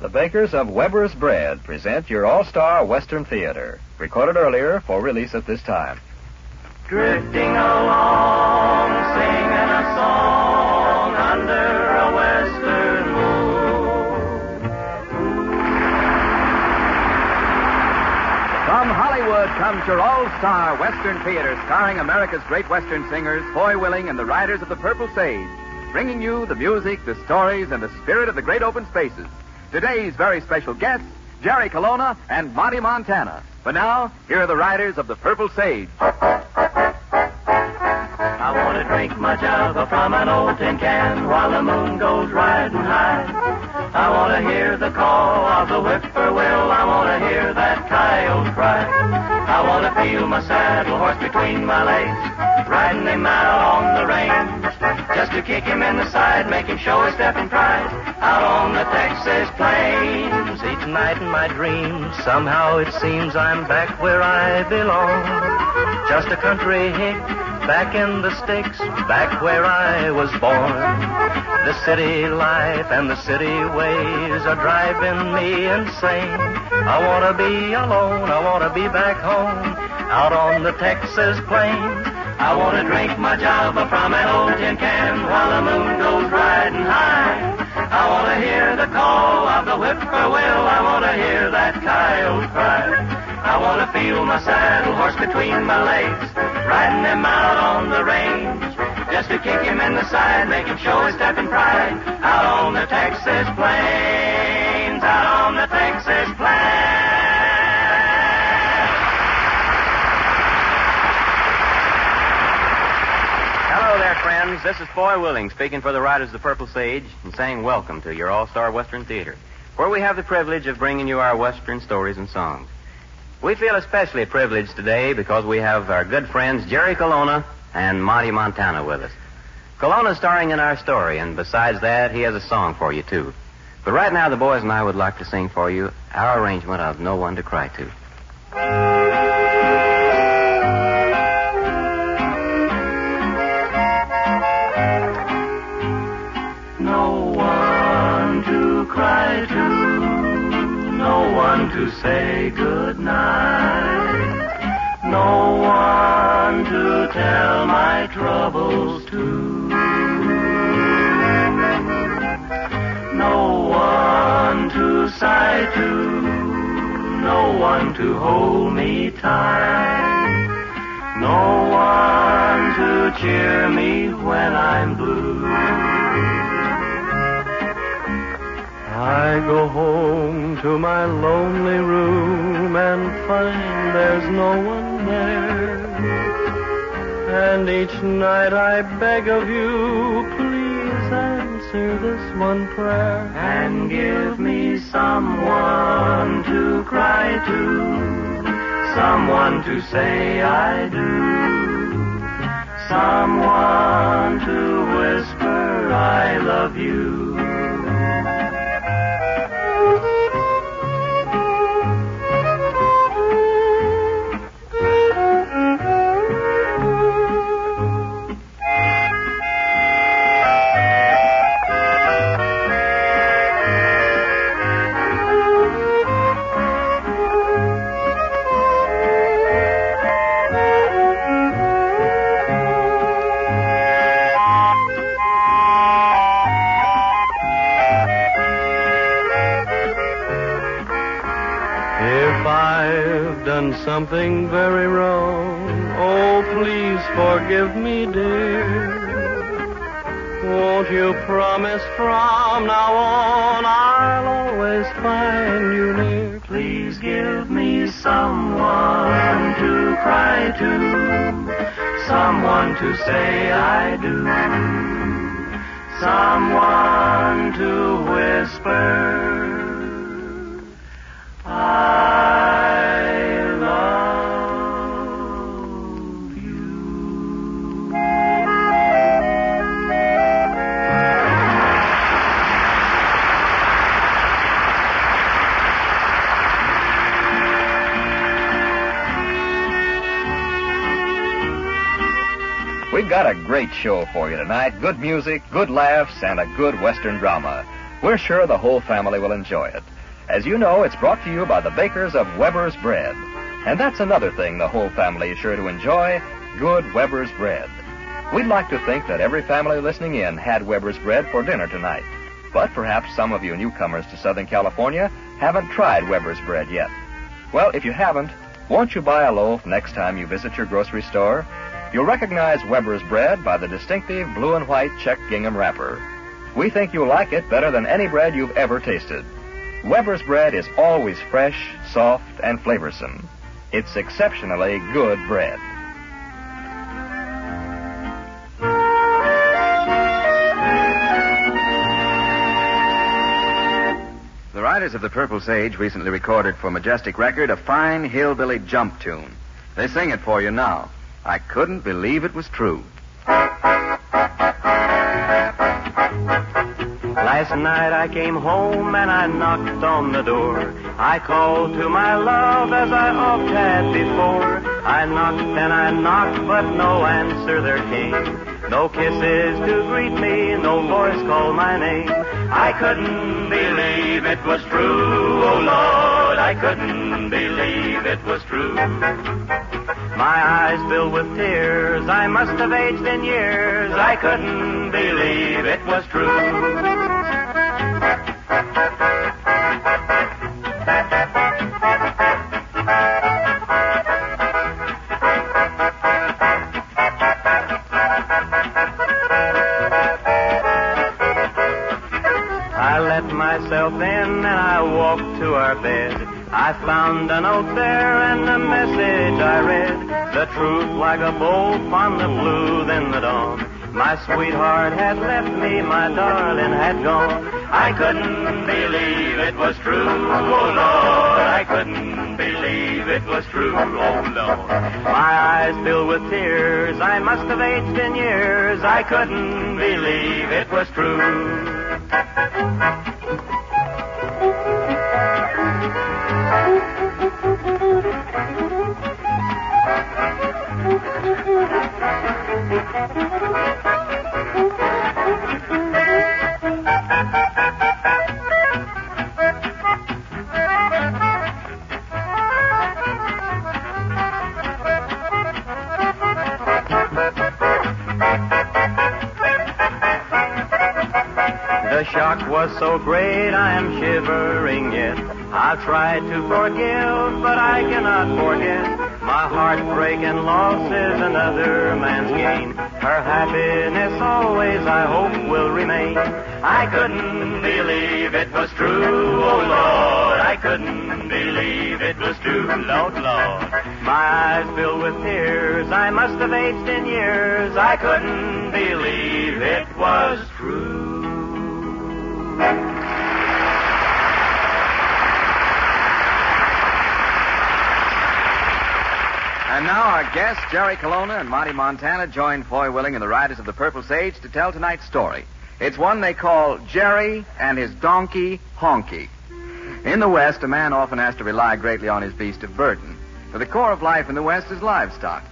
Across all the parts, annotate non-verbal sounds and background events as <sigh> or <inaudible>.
The bakers of Weber's Bread present your all-star Western Theater, recorded earlier for release at this time. Drifting along, singing a song under a western From Hollywood comes your all-star Western theater starring America's great Western singers, Foy Willing and the Riders of the Purple Sage, bringing you the music, the stories, and the spirit of the great open spaces. Today's very special guests, Jerry Colonna and Monty Montana. But now, here are the Riders of the Purple Sage. I want to drink my java from an old tin can while the moon goes riding high. I want to hear the call of the whippoorwill. I want to hear that coyote cry. I want to feel my saddle horse between my legs, riding him out on the range. Just to kick him in the side, make him show his step and pride out on the Texas plains. Each night in my dreams, somehow it seems I'm back where I belong. Just a country hick, back in the sticks, back where I was born. The city life and the city ways are driving me insane. I wanna be alone, I wanna be back home, out on the Texas plains. I wanna drink my java from an old tin can while the moon goes riding high. I wanna hear the call of the whippoorwill. I wanna hear that coyote cry. I wanna feel my saddle horse between my legs, riding him out on the range. Just to kick him in the side, make him show his step and pride. Out on the Texas plains, out on the Texas plains. Hello there, friends. This is Foy Willing speaking for the Riders of the Purple Sage and saying welcome to your All Star Western Theater, where we have the privilege of bringing you our Western stories and songs. We feel especially privileged today because we have our good friends Jerry Colonna and Monty Montana with us. Colonna's starring in our story, and besides that, he has a song for you, too. But right now, the boys and I would like to sing for you our arrangement of No One to Cry To. No one to cry to, no one to say goodnight, no one to tell my troubles to. No one to sigh to, no one to hold me tight, no one to cheer me when I'm blue. I go home to my lonely room and find there's no one there. And each night I beg of you, please answer this one prayer. And give me someone to cry to, someone to say I do, someone to whisper I love you. If I've done something very wrong, oh, please forgive me, dear. Won't you promise from now on I'll always find you near? Please give me someone to cry to, someone to say I do, someone to whisper. I love We've got a great show for you tonight. Good music, good laughs, and a good Western drama. We're sure the whole family will enjoy it. As you know, it's brought to you by the bakers of Weber's Bread. And that's another thing the whole family is sure to enjoy good Weber's Bread. We'd like to think that every family listening in had Weber's Bread for dinner tonight. But perhaps some of you newcomers to Southern California haven't tried Weber's Bread yet. Well, if you haven't, won't you buy a loaf next time you visit your grocery store? You'll recognize Weber's Bread by the distinctive blue and white check gingham wrapper. We think you'll like it better than any bread you've ever tasted. Weber's Bread is always fresh, soft, and flavorsome. It's exceptionally good bread. The writers of the Purple Sage recently recorded for Majestic Record a fine hillbilly jump tune. They sing it for you now. I couldn't believe it was true. Last night I came home and I knocked on the door. I called to my love as I oft had before. I knocked and I knocked, but no answer there came. No kisses to greet me, no voice called my name. I couldn't believe it was true, oh Lord, I couldn't believe it was true. My eyes filled with tears. I must have aged in years. I couldn't believe it was true. I let myself in and I walked to our bed. I found a note there and a message I read. The truth like a bolt on the blue then the dawn. My sweetheart had left me, my darling had gone. I couldn't believe it was true, oh Lord. I couldn't believe it was true, oh Lord. My eyes filled with tears, I must have aged in years. I couldn't believe it was true. The shock was so great, I am shivering yet. I've tried to forgive, but I cannot forget. My heartbreak and loss is another man's gain. Her happiness always, I hope, will remain. I couldn't believe it was true, oh Lord. I couldn't believe it was true, Lord, Lord. My eyes filled with tears, I must have aged in years. I couldn't believe it was true. And now our guests, Jerry Colonna and Monty Montana, join Foy Willing and the Riders of the Purple Sage to tell tonight's story. It's one they call Jerry and his donkey, Honky. In the West, a man often has to rely greatly on his beast of burden, for the core of life in the West is livestock.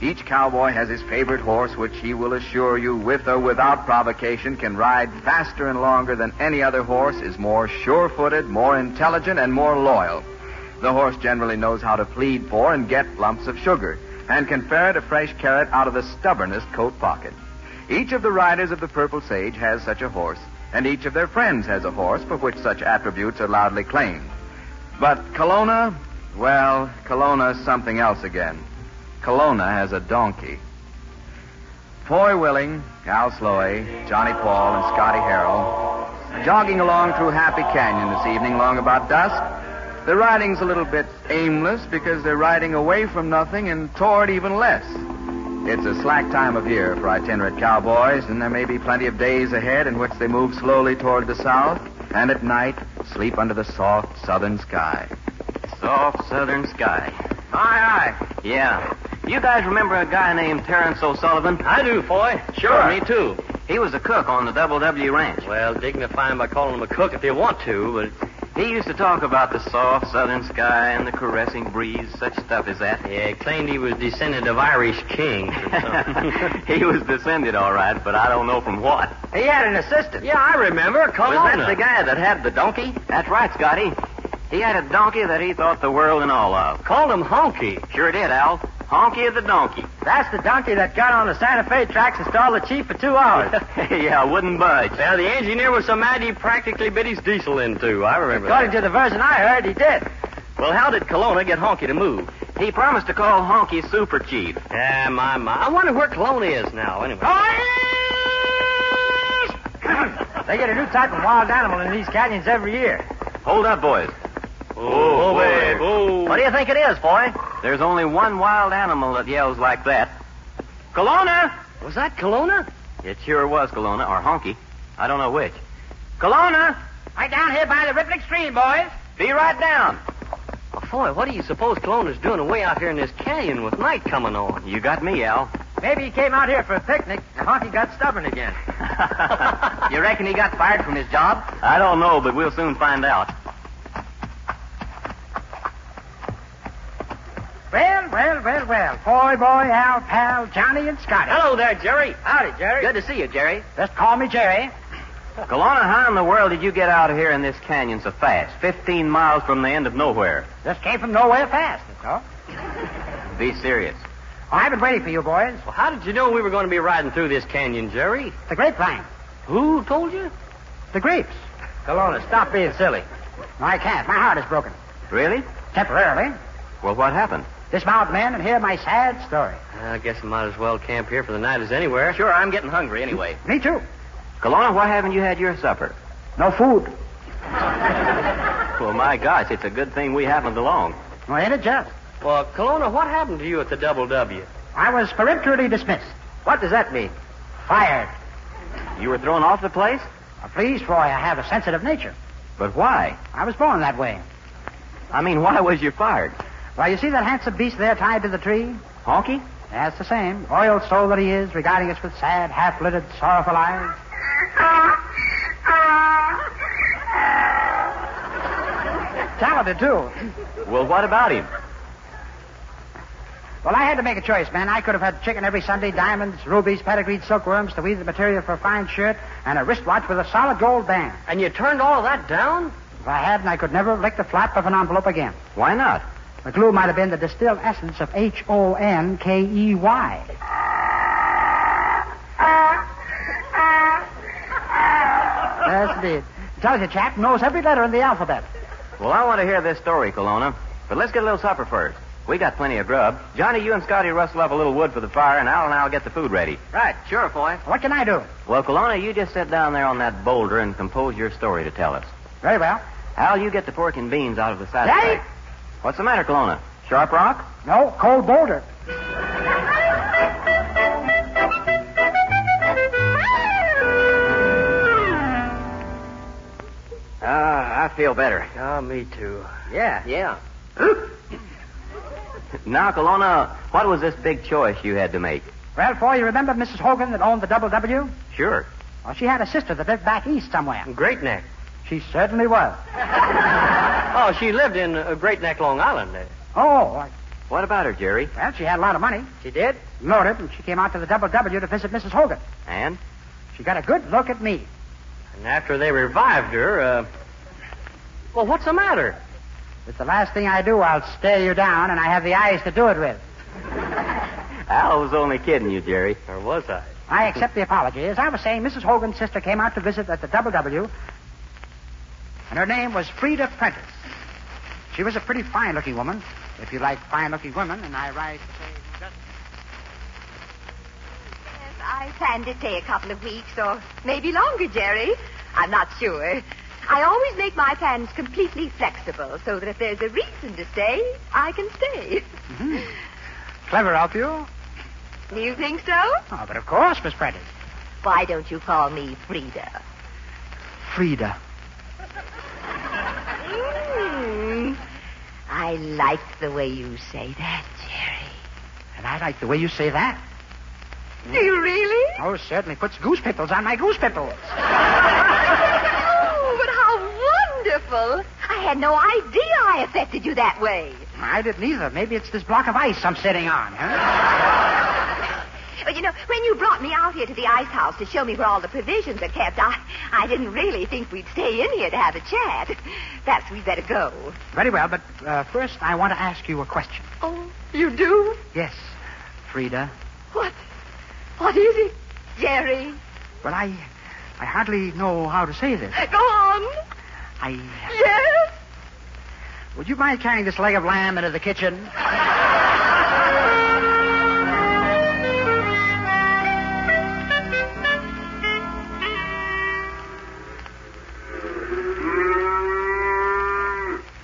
Each cowboy has his favorite horse, which he will assure you, with or without provocation, can ride faster and longer than any other horse, is more sure footed, more intelligent, and more loyal. The horse generally knows how to plead for and get lumps of sugar, and can ferret a fresh carrot out of the stubbornest coat pocket. Each of the riders of the Purple Sage has such a horse, and each of their friends has a horse for which such attributes are loudly claimed. But Kelowna, well, Kelowna's something else again. Kelowna has a donkey. Foy Willing, Al Sloy, Johnny Paul, and Scotty Harrell, jogging along through Happy Canyon this evening, long about dusk. Their riding's a little bit aimless because they're riding away from nothing and toward even less. It's a slack time of year for itinerant cowboys, and there may be plenty of days ahead in which they move slowly toward the south, and at night sleep under the soft southern sky. Soft southern sky. Aye, aye. Yeah. You guys remember a guy named Terence O'Sullivan? I do, Foy. Sure. Me too. E He was a cook on the Double W Ranch. Well, dignify him by calling him a cook if you want to, but He used to talk about the soft southern sky and the caressing breeze, such stuff as that. Yeah, he claimed he was descended of Irish kings or something. <laughs> he was descended, all right, but I don't know from what. he had an assistant. Yeah, I remember. was Colonna. that the guy that had the donkey? That's right, Scotty. He had a donkey that he thought the world and all of. Called him Honky. Sure did, Al. Honky the donkey. That's the donkey that got on the Santa Fe tracks and stalled the chief for two hours. <laughs> yeah, wouldn't budge. Now, the engineer was so mad he practically bit his diesel in two. I remember According to the version I heard, he did. Well, how did Kelowna get Honky to move? He promised to call Honky Super Chief. Oh, Yeah, my, my. I wonder where Cologne is now, anyway. <clears throat> they get a new type of wild animal in these canyons every year. Hold up, boys. Oh, boy. babe, oh. What do you think it is, boy? There's only one wild animal that yells like that. Kelowna! Was that Kelowna? It sure was Kelowna, or Honky. I don't know which. Kelowna! Right down here by the rippling stream, boys. Be right down. Oh, boy, what do you suppose Kelowna's doing away out here in this canyon with night coming on? You got me, Al. Maybe he came out here for a picnic, and Honky got stubborn again. <laughs> you reckon he got fired from his job? I don't know, but we'll soon find out. Well, well, well, well. Boy, boy, our pal, Johnny and Scotty. Hello there, Jerry. Howdy, Jerry. Good to see you, Jerry. Just call me Jerry. Kelowna, how in the world did you get out of here in this canyon so fast? Fifteen miles from the end of nowhere. Just came from nowhere fast, that's all. Oh, Be serious. I've been waiting for you, boys. Well, how did you know we were going to be riding through this canyon, Jerry? The grapevine. Who told you? The grapes. Kelowna, stop being silly. No, I can't. My heart is broken. Really? Temporarily. Well, what happened? Dismount, men, and hear my sad story. I guess I might as well camp here for the night as anywhere. Sure, I'm getting hungry anyway. Me too. Kelowna, why haven't you had your supper? No food. Well, my gosh, it's a good thing we haven't along. Well, ain't it just? Well, Kelowna, what happened to you at the Double W? I was peremptorily dismissed. What does that mean? Fired. You were thrown off the place? Please, Roy, I have a sensitive nature. But why? I was born that way. I mean, why was you fired? Well, you see that handsome beast there tied to the tree? Honky? That's the same. Royal soul that he is, regarding us with sad, half-lidded, sorrowful eyes. Talented, too. Well, what about him? Well, I had to make a choice, man. I could have had chicken every Sunday, diamonds, rubies, pedigreed silkworms to weave the material for a fine shirt, and a wristwatch with a solid gold band. And you turned all that down? If I hadn't, I could never have licked the flap of an envelope again. Why not? The glue might have been the distilled essence of H O N K E Y. That's it. Tells you, chap knows every letter in the alphabet. Well, I want to hear this story, Kelowna. But let's get a little supper first. We got plenty of grub. Johnny, you and Scotty rustle up a little wood for the fire, and Al and I'll get the food ready. Right, sure, boy. What can I do? Well, Kelowna, you just sit down there on that boulder and compose your story to tell us. Very well. Al, you get the pork and beans out of the side Daddy? sack. What's the matter, Kelowna? Sharp rock? No, cold boulder. Ah, I feel better. Oh, me too. Yeah. Yeah. <laughs> now, Kelowna, what was this big choice you had to make? Well, Foy, you remember Mrs. Hogan that owned the Double W? Sure. Well, she had a sister that lived back east somewhere. Great Neck. She certainly was. oh, she lived in uh, Great Neck, Long Island. Oh, I- What about her, Jerry? well, she had a lot of money. She did? Loaded, and she came out to the Double W to visit Mrs. Hogan. And? She got a good look at me. And after they revived her, uh... Well, what's <laughs> the matter? It's the last thing I do. I'll stare you down, and I have the eyes to do it with. Al was only kidding you, Jerry. Or was I? I accept the apology. As I was saying, Mrs. Hogan's sister came out to visit at the Double W, and her name was Frida Prentice. She was a pretty fine looking woman, if you like fine looking women, and I rise to say who doesn't. Yes, I plan to stay a couple of weeks or maybe longer, Jerry. I'm not sure. I always make my plans completely flexible so that if there's a reason to stay, I can stay. Mm-hmm. Clever of you. Oh, Do you think so? but of course, Miss Prentice. Why don't you call me Frida? Frida. Mm. I like the way you say that, Jerry. And I like the way you say that. Do you really? Oh, certainly puts goose pimples on my goose pimples. Oh, but how wonderful! had no idea I affected you that way. I didn't either. Maybe it's this block of ice I'm sitting on, huh? But you know, when you brought me out here to the ice house to show me where all the provisions are kept, I, I didn't really think we'd stay in here to have a chat. Perhaps we'd better go. Very well, but uh, first I want to ask you a question. Oh, you do? Yes, Frida. What? What is it, Jerry? Well, I, I hardly know how to say this. Go on. I. Yes? Would you mind carrying this leg of lamb into the kitchen?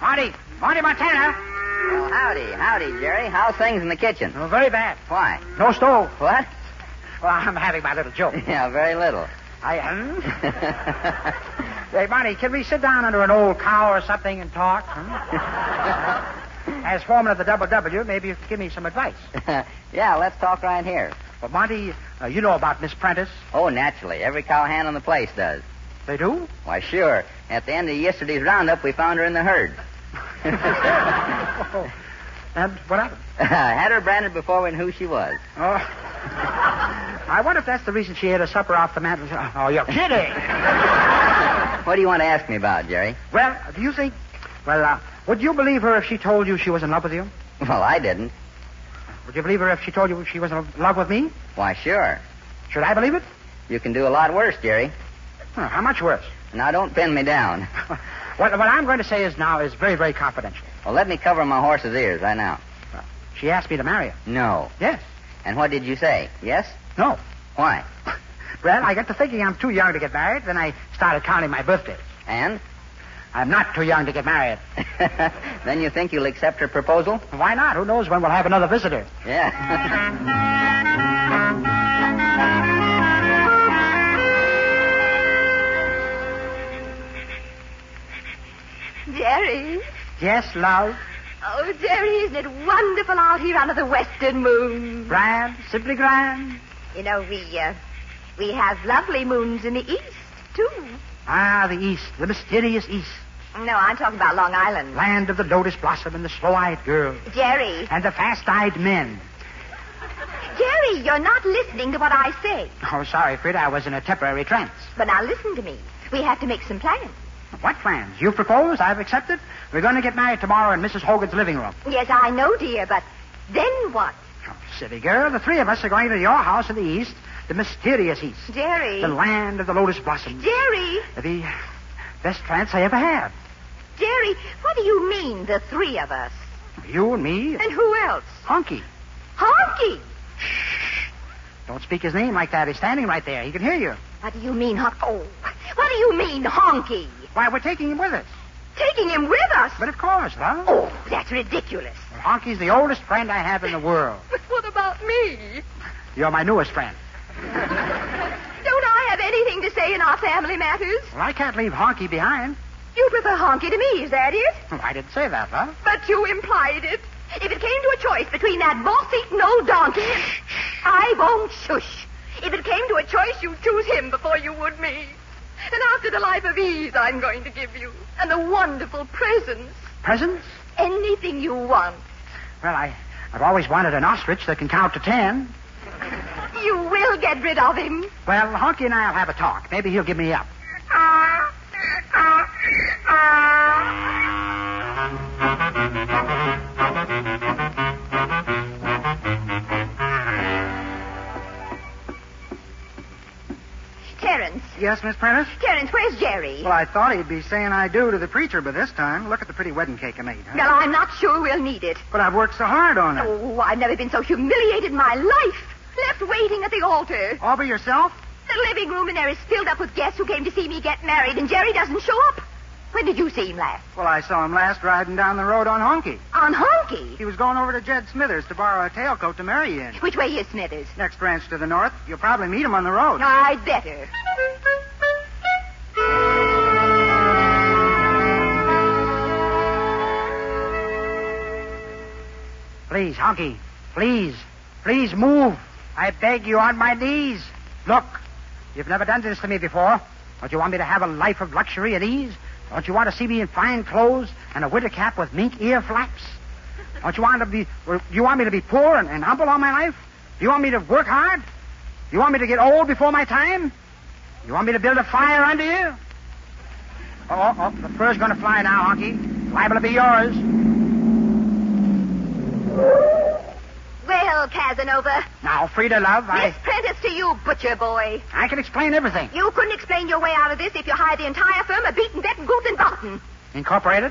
Marty, Marty Montana. Well, howdy, howdy, Jerry. How's things in the kitchen? Oh, very bad. Why? No stove. What? <laughs> Well, I'm having my little joke. Yeah, very little. <laughs> I am. <laughs> Hey, Marty, can we sit down under an old cow or something and talk? hmm? As foreman of the Double W, maybe you could give me some advice. yeah, let's talk right here. Well, Monty, uh, you know about Miss Prentice. Oh, naturally. Every cowhand in the place does. They do? Why, sure. At the end of yesterday's roundup, we found her in the herd. <laughs> Oh. And what happened? Uh, Had her branded before we knew who she was. Oh. <laughs> I wonder if that's the reason she ate a supper off the mantel. Oh, you're kidding. What do you want to ask me about, Jerry? well, do you think... Well, uh, would you believe her if she told you she was in love with you? Well, I didn't. Would you believe her if she told you she was in love with me? Why, sure. Should I believe it? You can do a lot worse, Jerry. Huh, how much worse? Now, don't pin me down. what, what I'm going to say is now is very, very confidential. Well, let me cover my horse's ears right now. She asked me to marry her. No. Yes. And what did you say? Yes? No. Why? Well, I got to thinking I'm too young to get married. Then I started counting my birthdays. And? <laughs> I'm not too young to get married. then you think you'll accept her proposal? Why not? Who knows when we'll have another visitor? Yeah. <laughs> Jerry. Yes, love. Oh, Jerry, isn't it wonderful out here under the western moon? Grand, simply grand. You know, we, uh, we have lovely moons in the east, too. Ah, the East, the mysterious East, No, I'm talking about Long Island. land of the lotus blossom and the slow-eyed girl Jerry, and the fast-eyed men. Jerry, you're not listening to what I say. Oh, sorry, Frida, I was in a temporary trance. But now listen to me. We have to make some plans. What plans? You've proposed, I've accepted. We're going to get married tomorrow in Mrs. Hogan's living room. Yes, I know, dear, but then what? Oh, silly girl, the three of us are going to your house in the East, the mysterious East, Jerry. the land of the lotus blossom, Jerry, the best trance I ever had. Jerry, what do you mean, the three of us? You and me, And who else? Honky. Honky. Don't speak his name like that. He's standing right there. He can hear you. What do you mean, Honky? Oh, what do you mean, Honky? Why, we're taking him with us. Taking him with us? But of course, love. Oh, that's ridiculous. Honky's the oldest friend I have in the world. <laughs> But what about me? You're my newest friend. Don't I have anything to say in our family matters? Well, I can't leave Honky behind. <laughs> You prefer Honky to me, is that it? Well, I didn't say that, love. But you implied it. If it came to a choice between that boss-eaten old donkey and... I won't shush. If it came to a choice, you'd choose him before you would me. And after the life of ease I'm going to give you, and the wonderful presents, Presents? anything you want, Well, I, I've always wanted an ostrich that can count to ten. you will get rid of him. Well, Honky and I'll have a talk. Maybe he'll give me up. Terence, Yes, Miss Prentice? Terence, where's Jerry? Well, I thought he'd be saying I do to the preacher by this time. Look at the pretty wedding cake I made, huh? Well, I'm not sure we'll need it. But I've worked so hard on it. Oh, I've never been so humiliated in my life. Left waiting at the altar. All by yourself? The living room in there is filled up with guests who came to see me get married, and Jerry doesn't show up. When did you see him last? Well, I saw him last riding down the road on Honky. On Honky. He was going over to Jed Smithers to borrow a tailcoat to marry you in. Which way is Smithers? Next ranch to the north. You'll probably meet him on the road. I'd better. Please, Honky. Please. Please move. I beg you on my knees. Look. You've never done this to me before. Don't you want me to have a life of luxury and ease? Don't you want to see me in fine clothes and a winter cap with mink ear flaps? Don't you want to be? or You want me to be poor and, and humble all my life? You want me to work hard? You want me to get old before my time? You want me to build a fire under you? Oh, oh, oh the fur's going to fly now, Honky. Liable to be yours. Well, Casanova, Now, Frida, love, I this Prentice to you, butcher boy. I can explain everything. You couldn't explain your way out of this if you hired the entire firm of Beaton, Beck, Gould, and Barton. Incorporated?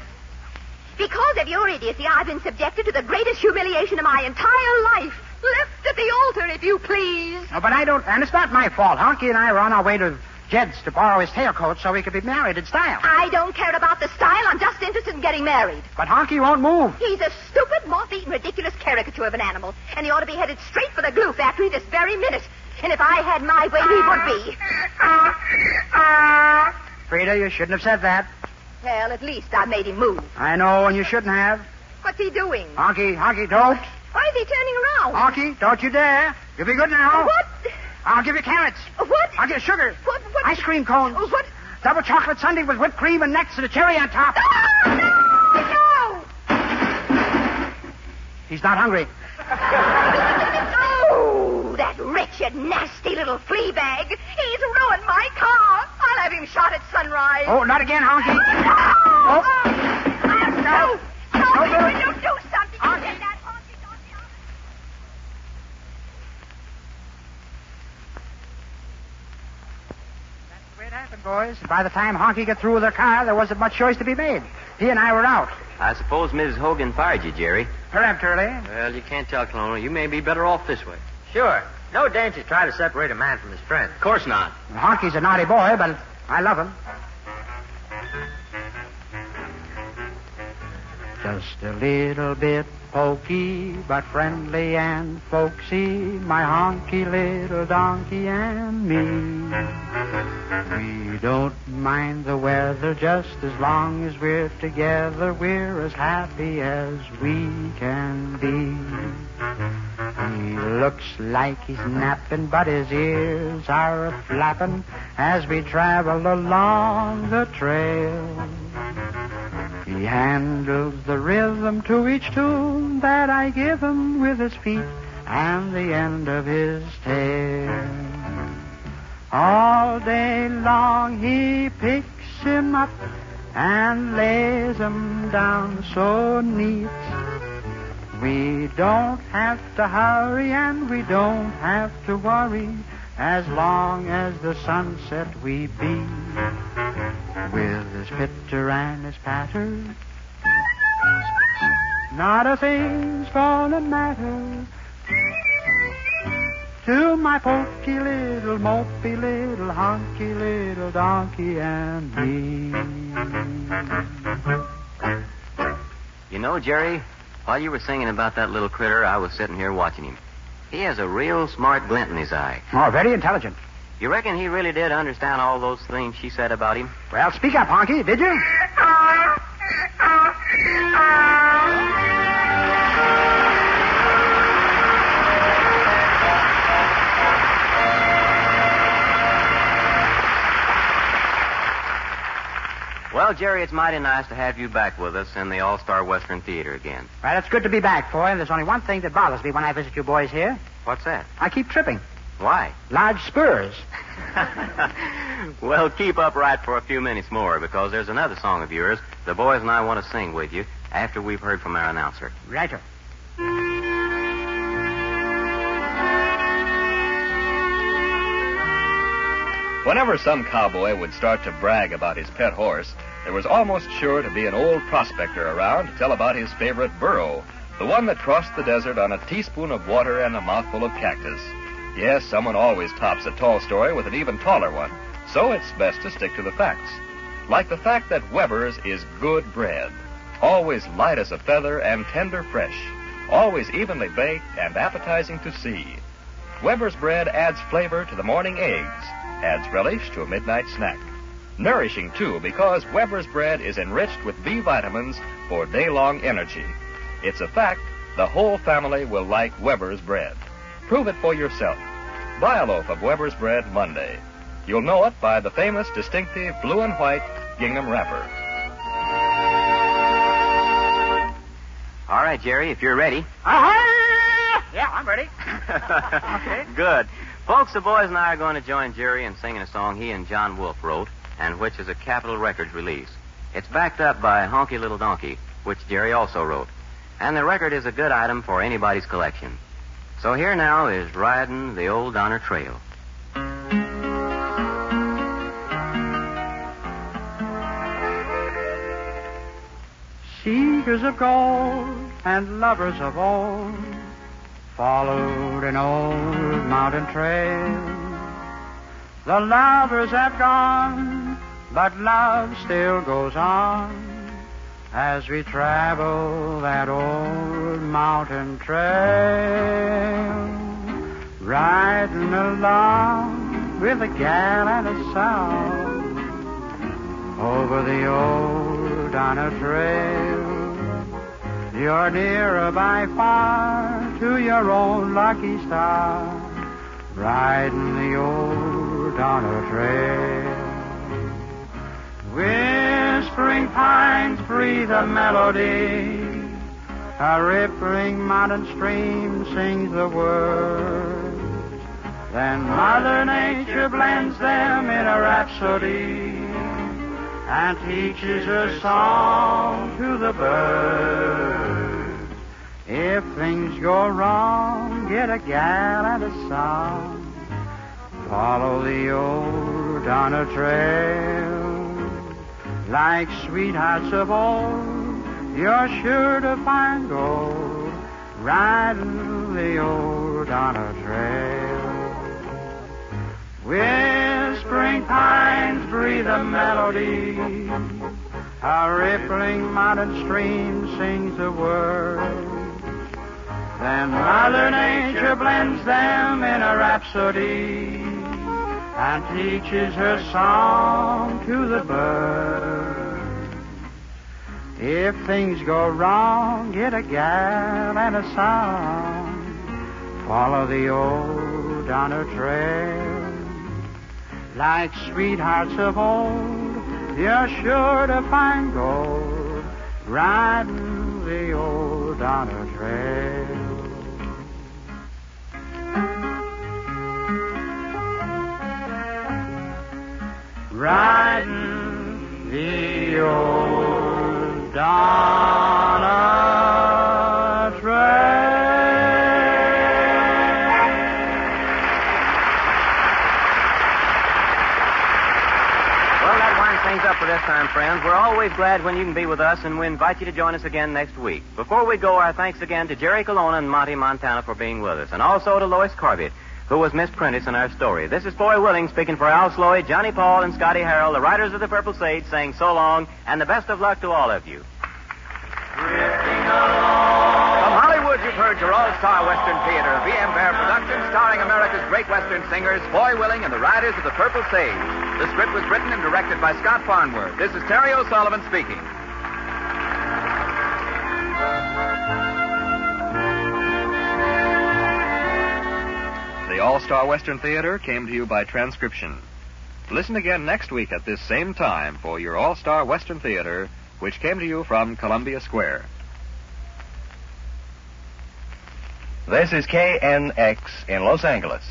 Because of your idiocy, I've been subjected to the greatest humiliation of my entire life. Left at the altar, if you please. No, but I don't. And it's not my fault. Honky and I were on our way to Jed's to borrow his tailcoat so we could be married in style. I don't care about the style. I'm just interested in getting married. But Honky won't move. He's a stupid, moth-eaten, ridiculous caricature of an animal, and he ought to be headed straight for the glue factory this very minute. And if I had my way, he would be. Frida, you shouldn't have said that. Well, at least I made him move. Uh, I know, and you shouldn't have. What's he doing? Honky, Honky, don't. Why is he turning around? Honky, don't you dare. You'll be good now. What? I'll give you carrots. What? I'll give you sugar. What- what- Oh, Ice cream cones. What? Double chocolate sundae with whipped cream and nuts and a cherry on top. Ah, Oh, He's not hungry. no! No! That wretched, nasty little flea bag. He's ruined my car. I'll have him shot at sunrise. Oh, not again, Honky. No! Oh. Oh, no! Tell No, me Billy. when you do something. You Auntie. get that honky donkey out. That's the way it happened, boys. By the time Honky got through with her car, there wasn't much choice to be made. He and I were out. I suppose Mrs. Hogan fired you, Jerry. Peremptorily. Well, you can't tell, Colonel. You may be better off this way. Sure. No danger to try to separate a man from his friend. Of course not. Honky's a naughty boy, but I love him. Just a little bit pokey, but friendly and folksy, my honky little donkey and me. We don't mind the weather just as long as we're together, we're as happy as we can be. He looks like he's napping, but his ears are a flapping as we travel along the trail. He handles the rhythm to each tune that I give him with his feet and the end of his tail. All day long he picks him up and lays him down so neat. We don't have to hurry and we don't have to worry as long as the sunset we be. With his pitter and his patter, not a thing's gonna matter. To my pokey little, mopey little, honky little donkey and me. You know, Jerry, while you were singing about that little critter, I was sitting here watching him. He has a real smart glint in his eye. Oh, very intelligent. You reckon he really did understand all those things she said about him? Well, speak up, honky, did you? Well, Jerry, it's mighty nice to have you back with us in the All Star Western Theater again. Well, it's good to be back, Foy. There's only one thing that bothers me when I visit you boys here. What's that? I keep tripping. Why? Large spurs. <laughs> well, keep upright for a few minutes more because there's another song of yours the boys and I want to sing with you after we've heard from our announcer. Righto. Whenever some cowboy would start to brag about his pet horse, there was almost sure to be an old prospector around to tell about his favorite burro, the one that crossed the desert on a teaspoon of water and a mouthful of cactus. Yes, someone always tops a tall story with an even taller one, so it's best to stick to the facts. Like the fact that Weber's is good bread, always light as a feather and tender fresh, always evenly baked and appetizing to see. Weber's bread adds flavor to the morning eggs, adds relish to a midnight snack. Nourishing, too, because Weber's bread is enriched with B vitamins for day long energy. It's a fact the whole family will like Weber's bread. Prove it for yourself. Buy a loaf of Weber's bread Monday. You'll know it by the famous distinctive blue and white gingham wrapper. All right, Jerry, if you're ready. Ahoy! Yeah, I'm ready. okay. <laughs> Good. Folks, the boys and I are going to join Jerry in singing a song he and John Wolfe wrote, and which is a Capitol Records release. It's backed up by Honky Little Donkey, which Jerry also wrote. And the record is a good item for anybody's collection. So here now is Riding the Old Donner Trail. Seekers of gold and lovers of old followed an old mountain trail. The lovers have gone, but love still goes on as we travel that old mountain trail. Riding along with a gal and a sow over the old Donna Trail. You're nearer by far to your own lucky star, riding the old Donna Trail. Whispering pines breathe a melody. A rippling mountain stream sings the words. Then Mother Nature blends them in a rhapsody and teaches a song to the birds. If things go wrong, get a gal and a song. Follow the old Donna Trail. Like sweethearts of old, you're sure to find gold riding the old Donna Trail. Whispering pines breathe a melody. A rippling mountain stream sings the words. Then Mother Nature blends them in a rhapsody and teaches her song to the birds. If things go wrong, get a gal and a song. Follow the old Donner Trail. Like sweethearts of old, you're sure to find gold riding the old Donner Trail. Riding the old Donna Trail. Well, that winds things up for this time, friends. We're always glad when you can be with us, and we invite you to join us again next week. Before we go, our thanks again to Jerry Colonna and Monty Montana for being with us, and also to Lois Corbett, who was Miss Prentice in our story. This is Boy Willing speaking for Al Sloy, Johnny Paul, and Scotty Harrell, the writers of the Purple Sage, saying so long, and the best of luck to all of you. From Hollywood, you've heard your all-star Western Theater, a B.M. Bear production starring America's great Western singers, Boy Willing and the Riders of the Purple Sage. The script was written and directed by Scott Farnworth. This is Terry O'Sullivan speaking. The All Star Western Theater came to you by transcription. Listen again next week at this same time for your All Star Western Theater, which came to you from Columbia Square. This is KNX in Los Angeles.